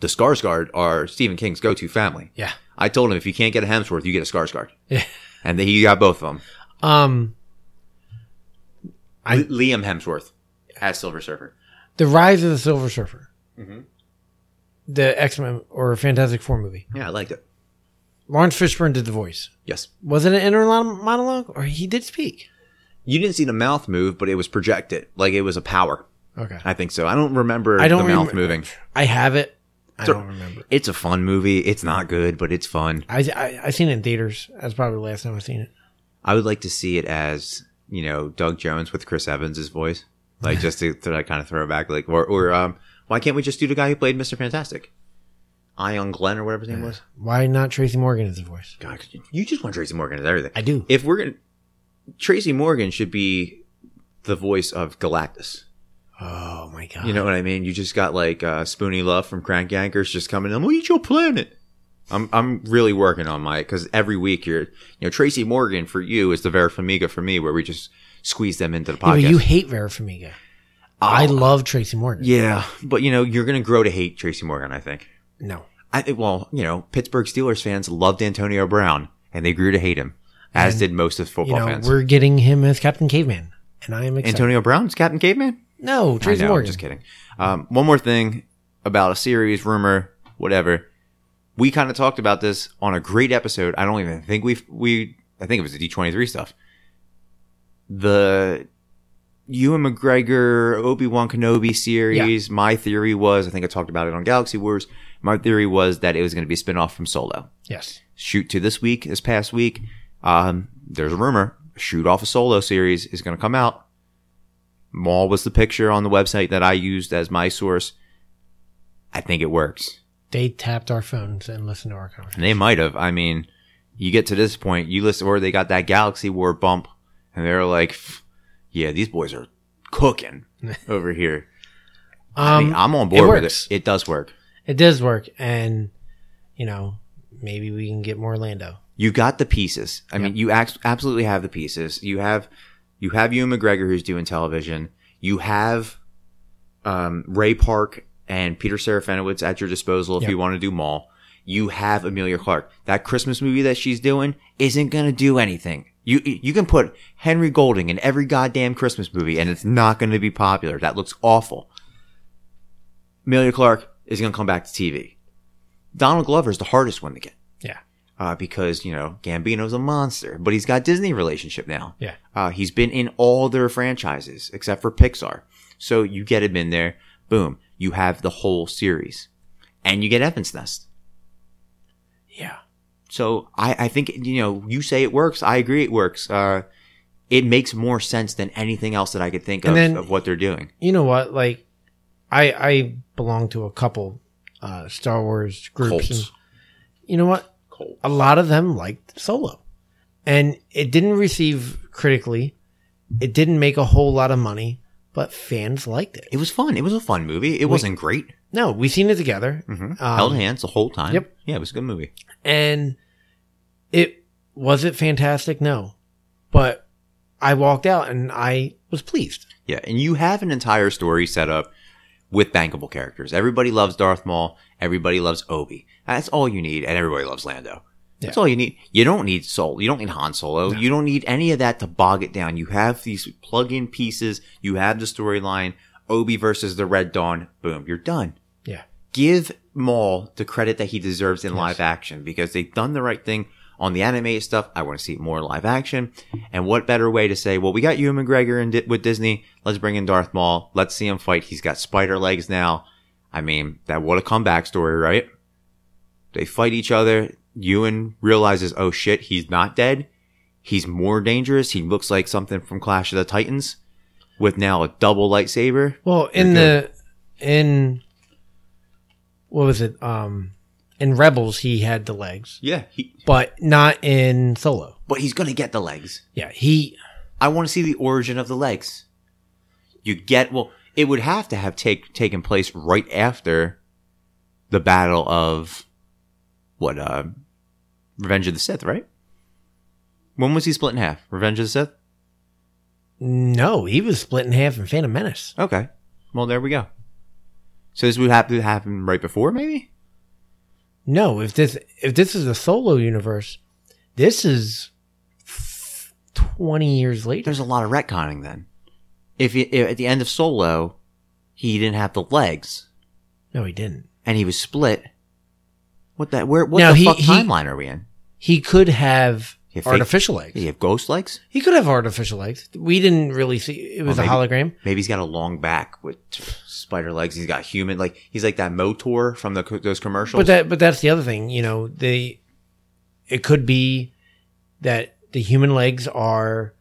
The Skarsgård are Stephen King's go-to family. yeah. I told him if you can't get a Hemsworth, you get a Skarsgård, Yeah. and then he got both of them. Um, I- Li- Liam Hemsworth as Silver Surfer. the Rise of the Silver Surfer. Mm-hmm. The X Men or Fantastic Four movie. Yeah, I liked it. Lawrence Fishburne did the voice. Yes, Was it an inner mon- monologue or he did speak? you didn't see the mouth move, but it was projected like it was a power. Okay. I think so. I don't remember I don't the mouth remem- moving. I have it. I So- don't remember. It's a fun movie. It's not good, but it's fun. I, I I seen it in theaters. That's probably the last time I seen it. I would like to see it as you know Doug Jones with Chris Evans' voice, like just to, to like kind of throw it back, like or or um, why can't we just do the guy who played Mister Fantastic, Ion Glenn or whatever his name was? Why not Tracy Morgan as the voice? God, could you- you just want Tracy Morgan as everything. I do. If we're gonna, Tracy Morgan should be the voice of Galactus. Oh my god. You know what I mean? You just got like uh, Spoony Love from Crank Yankers just coming. I'm gonna eat your planet. I'm I'm really working on my because every week you're you know Tracy Morgan for you is the Vera Farmiga for me where we just squeeze them into the Yeah, podcast. but you hate Vera Farmiga. I Oh, love Tracy Morgan. yeah, but you know you're gonna grow to hate Tracy Morgan. I think. No. I think well you know Pittsburgh Steelers fans loved Antonio Brown and they grew to hate him, as did most of You football know, fans. we're getting him as Captain Caveman. And I am excited. Antonio Brown's Captain Caveman. no, Tracy I know, I'm Morgan. just kidding. Um, one more thing about a series rumor, whatever. We kind of talked about this on a great episode. I don't even think we've we. I think it was the D twenty three stuff. The Ewan McGregor Obi Wan Kenobi series. My theory was, I think I talked about it on Galaxy Wars. My theory was that it was going to be a spin off from Solo. Yes. Shoot to this week, this past week. Um, there's a rumor. Shoot off a solo series is going to come out. Maul was the picture on the website that I used as my source. I think it works. They tapped our phones and listened to our conversation. And they might have. I mean, you get to this point, you listen, or they got that Galaxy War bump, and they're like, "Pff, yeah, these boys are cooking over here. I mean, Um, I'm on board with works. it. It does work. it does work. And, you know, maybe we can get more Lando. You got the pieces. I mean, you ax- absolutely have the pieces. You have, you have Ewan McGregor who's doing television. You have, um, Ray Park and Peter Serafinowicz at your disposal if Yeah. you want to do Mall. You have Amelia Clark. That Christmas movie that she's doing isn't gonna do anything. You you can put Henry Golding in every goddamn Christmas movie and it's not gonna be popular. That looks awful. Amelia Clark is gonna come back to TV. Donald Glover is the hardest one to get. Yeah. uh, because you know Gambino's a monster, but he's got Disney relationship now. Yeah. uh, he's been in all their franchises except for Pixar. So you get him in there, boom, you have the whole series, and you get Evan's Nest. Yeah. So I, I think you know you say it works. I agree it works. Uh, it makes more sense than anything else that I could think And of then- of what they're doing. You know what? Like, I I belong to a couple uh, Star Wars groups. Cults. And, you know what? Cold. a lot of them liked Solo. And it didn't receive critically. It didn't make a whole lot of money, but fans liked it. It was fun. It was a fun movie. It wasn't great. No, we seen it together. hmm Um, Held hands the whole time. yep. Yeah, it was a good movie. And it was it fantastic? No. But I walked out and I was pleased. Yeah, and you have an entire story set up with bankable characters. Everybody loves Darth Maul. Everybody loves Obi. That's all you need, and everybody loves Lando. That's Yeah. all you need. You don't need Sol. You don't need Han Solo. You don't need any of that to bog it down. You have these plug-in pieces. You have the storyline. Obi versus the Red Dawn. Boom. You're done. Yeah. Give Maul the credit that he deserves in live action because they've done the right thing on the animated stuff. I want to see more live action. And what better way to say, well, we got you and McGregor in Di- with Disney. Let's bring in Darth Maul. Let's see him fight. He's got spider legs now. I mean, that what a comeback story, right? They fight each other. Ewan realizes, oh shit, he's not dead. He's more dangerous. He looks like something from Clash of the Titans with now a double lightsaber. Well, in the in what was it? Um in Rebels he had the legs, Yeah. He, but not in Solo. but he's going to get the legs. Yeah, he I want to see the origin of the legs. You get well. It would have to have take taken place right after the battle of what? Uh, Revenge of the Sith, right? When was he split in half? Revenge of the Sith. No, he was split in half in Phantom Menace. Okay. Well, there we go. So this would have to happen right before, maybe. No, if this if this is a solo universe, this is twenty years later. There's a lot of retconning then. If, it, if at the end of Solo, he didn't have the legs No, he didn't. and he was split. What that? Where? What Now, the he- fuck he- timeline are we in? He could have He faked- artificial legs. Does he have ghost legs? He could have artificial legs. We didn't really see. It was Well, a hologram. Maybe he's got a long back with spider legs. He's got human like he's like that Motor from the co- those commercials. But that but that's the other thing. You know, they it could be that the human legs are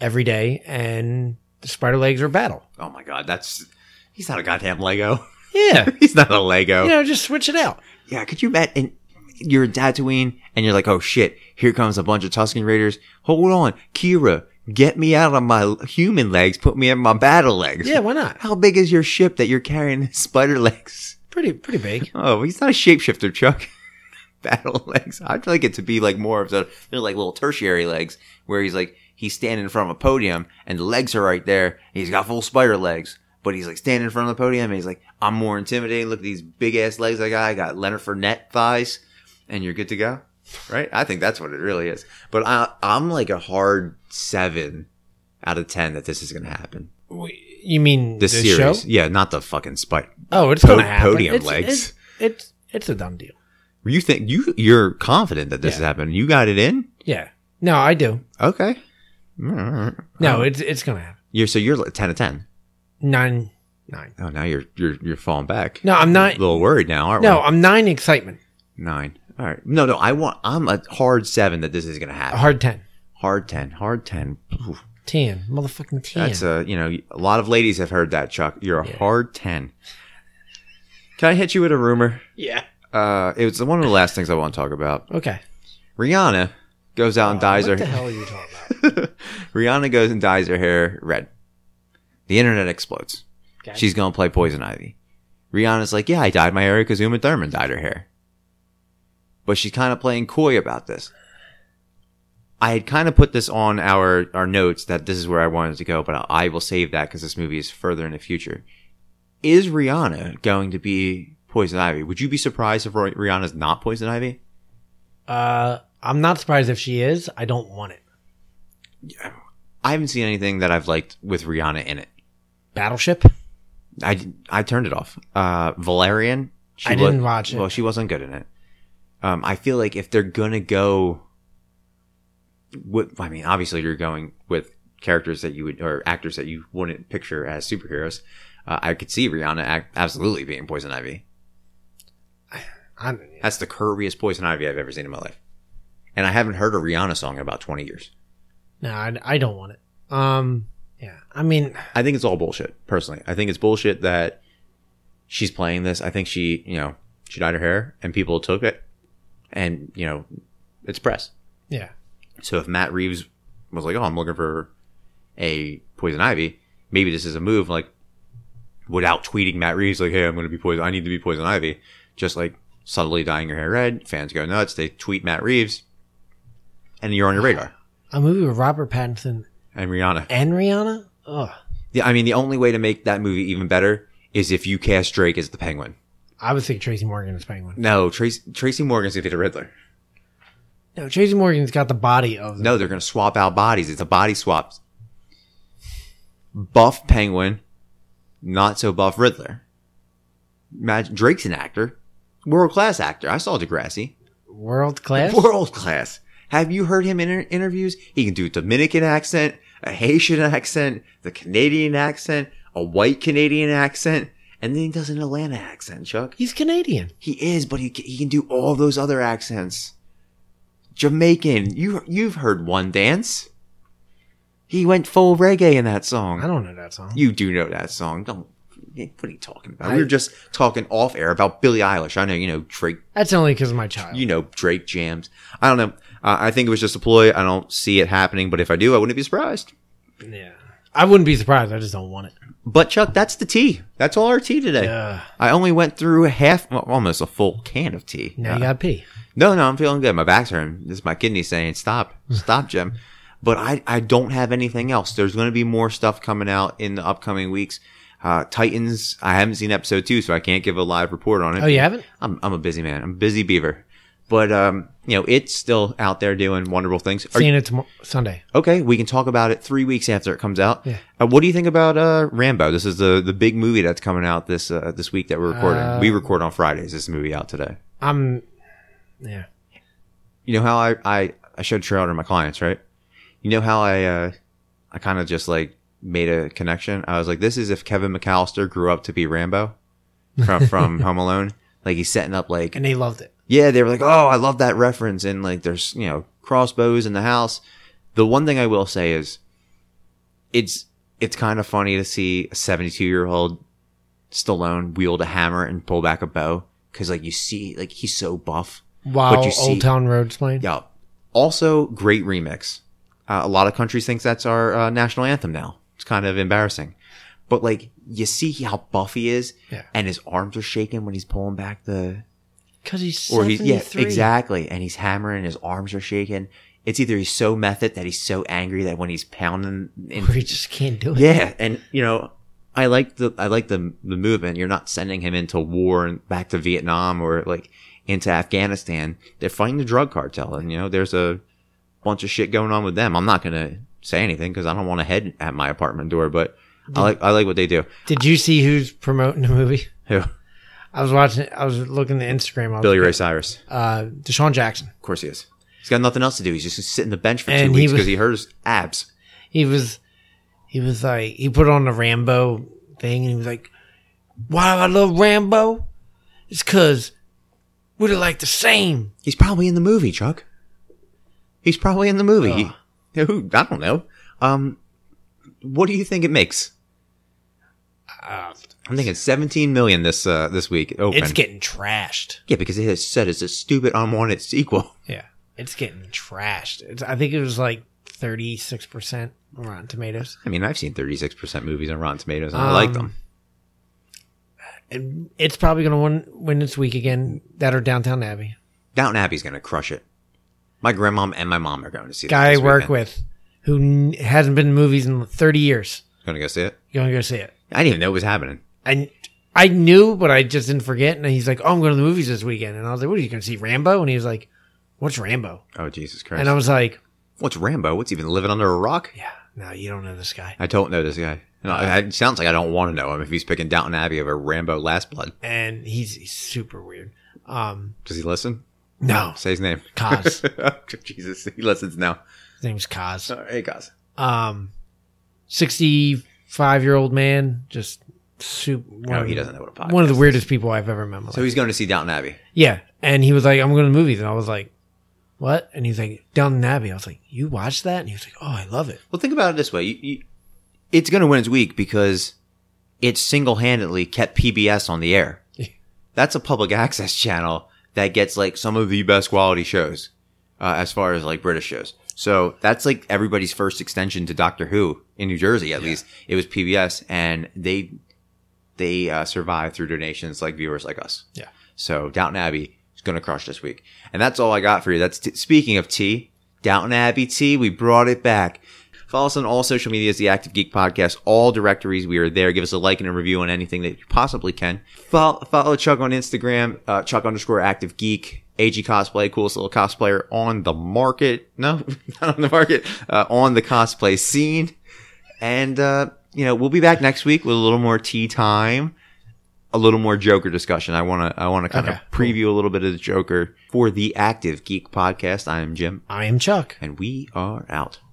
every day and the spider legs are battle. oh my god, that's he's not a goddamn Lego. Yeah, he's not a Lego. you Yeah, know, just switch it out. could you bet? And you're in Tatooine, and you're like, oh shit, here comes a bunch of Tusken Raiders. Hold on, Kira, get me out of my human legs. Put me in my battle legs. Yeah, why not? How big is your ship that you're carrying spider legs? Pretty pretty big. Oh, he's not a shapeshifter, Chuck. Battle legs. I'd like it to be like more of the they're like little tertiary legs where he's like he's standing in front of a podium and the legs are right there. and he's got full spider legs, but he's like standing in front of the podium and he's like, I'm more intimidating. Look at these big ass legs I got. I got Leonard Fournette thighs, and you're good to go. Right? I think that's what it really is. But I, I'm like a hard seven out of ten that this is going to happen. You mean This, the show? series, yeah, not the fucking spider. Oh, it's Po- gonna happen. podium It's- legs. It's, it's it's a done deal. You think you you're confident that this Yeah. is happening? You got it in? Yeah. No, I do. Okay. Alright. No, Um, it's it's gonna happen. you're so you're like ten to ten. Nine, nine. Oh, now you're you're you're falling back. No, I'm a not. little worried now, aren't No, I'm nine. Excitement. we? Nine. All right. No, no. I want. I'm a hard seven that this is gonna A happen. hard ten. Hard ten. Hard ten. Oof. Ten. Motherfucking ten. That's a you know a lot of ladies have heard that Chuck. You're a Yeah. hard ten. Can I hit you with a rumor? yeah. Uh, it was one of the last things I want to talk about. Okay. Rihanna goes out and dyes Uh, what her. the hell are you talking about? Rihanna goes and dyes her hair red. The internet explodes. Okay. She's gonna play Poison Ivy. Rihanna's like, yeah, I dyed my hair because Uma Thurman dyed her hair. But she's kind of playing coy about this. I had kind of put this on our, our notes that this is where I wanted to go, but I, I will save that because this movie is further in the future. Is Rihanna going to be Poison Ivy? Would you be surprised if Ri- Rihanna's not Poison Ivy? Uh, I'm not surprised if she is. I don't want it. I haven't seen anything that I've liked with Rihanna in it. Battleship. I, I turned it off. Uh, Valerian. I wa- didn't watch it. Well, she wasn't good in it. Um, I feel like if they're gonna go, what I mean, obviously you're going with characters that you would or actors that you wouldn't picture as superheroes. Uh, I could see Rihanna ac absolutely being Poison Ivy. I, That's the curviest Poison Ivy I've ever seen in my life, and I haven't heard a Rihanna song in about twenty years. no, I, I don't want it. Um, yeah, I mean, I think it's all bullshit. Personally, I think it's bullshit that she's playing this. I think she, you know, she dyed her hair and people took it, and you know, it's press. yeah, So if Matt Reeves was like, "Oh, I'm looking for a Poison Ivy," maybe this is a move like without tweeting Matt Reeves like, "Hey, I'm going to be Poison. I need to be Poison Ivy." Just like subtly dyeing your hair red, fans go nuts. They tweet Matt Reeves, and you're on your radar. a movie with Robert Pattinson And Rihanna. and Rihanna. Ugh, The, I mean, the only way to make that movie even better is if you cast Drake as the Penguin. I would think Tracy Morgan is Penguin. No, Tracy, Tracy Morgan's going to be the Riddler. No, Tracy Morgan's got the body of the, No, they're going to swap out bodies. It's a body swap. Buff Penguin, not so buff Riddler. Imagine, Drake's an actor, world class actor. I saw Degrassi, world class. world class. Have you heard him in inter- interviews? He can do a Dominican accent, a Haitian accent, the Canadian accent, a white Canadian accent, and then he does an Atlanta accent. Chuck, He's Canadian. He is, but he, he can do all those other accents. Jamaican, you you've heard one dance. He went full reggae in that I song. don't know that song. You do know that song, don't? What are you talking about? I- we were just talking off air about Billie Eilish. I know you know Drake. That's only because of my child. You know Drake jams. I don't know. Uh, I think it was just a ploy. I don't see it happening, but if I do, I wouldn't be surprised. yeah, I wouldn't be surprised. I just don't want it. But Chuck, that's the tea. That's all our tea today. Uh, I only went through half, well, almost a full can of tea. now Uh, you got to pee. No, no, I'm feeling good. My back's hurting. This is my kidney saying, stop, stop, Jim. But I, I don't have anything else. There's going to be more stuff coming out in the upcoming weeks. Uh, Titans, I haven't seen episode two, so I can't give a live report on it. Oh, you haven't? I'm, I'm a busy man. I'm a busy beaver. But, um, you know, it's still out there doing wonderful things. Are you, Seeing it tomorrow Sunday. okay, we can talk about it three weeks after it comes out. Yeah. Uh, what do you think about uh, Rambo? This is the, the big movie that's coming out this uh, this week that we're recording. Uh, we record on Fridays. This movie out today. I'm. Yeah. you know how I, I, I showed Trail to my clients, right? You know how I, uh, I kind of just like made a connection. I was like, this is if Kevin McAllister grew up to be Rambo from, from Home Alone. Like he's setting up like, And they loved it. yeah, they were like, oh, I love that reference. And like, there's, you know, crossbows in the house. The one thing I will say is it's, it's kind of funny to see a 72 year old Stallone wield a hammer and pull back a bow. Cause like you see, like he's so buff. While you Old see- Town Road's playing. Yeah. Also, great remix. Uh, a lot of countries think that's our uh, national anthem now. It's kind of embarrassing. But like, you see how buff he is, Yeah. and his arms are shaking when he's pulling back the, Because he's or he's 73. yeah, exactly, and he's hammering, his arms are shaking. It's either he's so method that he's so angry that when he's pounding, in, Or he just can't do it. yeah, and you know, I like the I like the the movement. You're not sending him into war and back to Vietnam or like into Afghanistan. They're fighting the drug cartel, and you know, there's a bunch of shit going on with them. I'm not gonna say anything because I don't want to head at my apartment door, but I like I like what they do. Did you see who's promoting the movie? Who? I was watching. I was looking at Instagram. I was, Billy Ray Cyrus. Uh, Deshaun Jackson. Of course he is. He's got nothing else to do. He's just gonna sit in the bench for And two he weeks was- because he, hurt his abs. He was. He was like. He put on the Rambo thing, and he was like, "Why do I love Rambo? It's because we're like the same." He's probably in the movie, Chuck. He's probably in the movie. He- who? I don't know. Um, what do you think it makes? Uh, I'm thinking 17 million this uh, this week open. it's getting trashed. yeah, because it has said it's a stupid unwanted sequel. Yeah, it's getting trashed. It's, I think it was like thirty six percent Rotten Tomatoes. I mean, I've seen 36% movies on Rotten Tomatoes, and I like Um, them. And it's probably gonna win win this week again. That or Downtown Abbey. Downton Abbey's going to crush it. My grandmom and my mom are going to see that. Guy I this work weekend. with, who n- hasn't been in movies in thirty years, Going to go see it? you gonna go see it. I didn't even know it was happening. and I knew, but I just didn't forget. And he's like, "Oh, I'm going to the movies this weekend." And I was like, "What are you going to see, Rambo?" And he was like, "What's Rambo?" Oh, Jesus Christ. And I was like, What's Rambo? What's even living under a rock? "Yeah, no, you don't know this guy." I don't know this guy. No, I- it sounds like I don't want to know him if he's picking Downton Abbey over Rambo Last Blood. And he's, he's super weird. Um, Does he listen? No, Say his name. Oh, Kaz. Jesus, he listens now. His name's Kaz. Sorry, hey, Kaz. Um, sixty-five-year-old man, just super. No, Oh, he doesn't know what a podcast. One of the weirdest people I've ever met. in my So life. he's going to see Downton Abbey. yeah, and he was like, "I'm going to the movies," and I was like, "What?" And he's like, "Down in Abbey." I was like, "You watched that?" And he was like, "Oh, I love it." Well, think about it this way: you, you, it's going to win its week because it single-handedly kept PBS on the air. That's a public access channel that gets like some of the best quality shows, uh, as far as like British shows. So that's like everybody's first extension to Doctor Who in New Jersey, at least it was PBS, and they they uh, survive through donations like viewers like us. Yeah. So Downton Abbey is going to crush this week, and that's all I got for you. That's t- speaking of tea, Downton Abbey tea. We brought it back. Follow us on all social medias, the Active Geek Podcast, all directories. We are there. Give us a like and a review on anything that you possibly can. Follow, follow Chuck on Instagram, uh, Chuck underscore Active Geek, AG Cosplay, coolest little cosplayer on the market. No, not on the market, uh, on the cosplay scene. And, uh, you know, we'll be back next week with a little more tea time, a little more Joker discussion. I want to, I want to kind of Okay, preview a little bit of the Joker for the Active Geek Podcast. I am Jim I am Chuck. and we are out.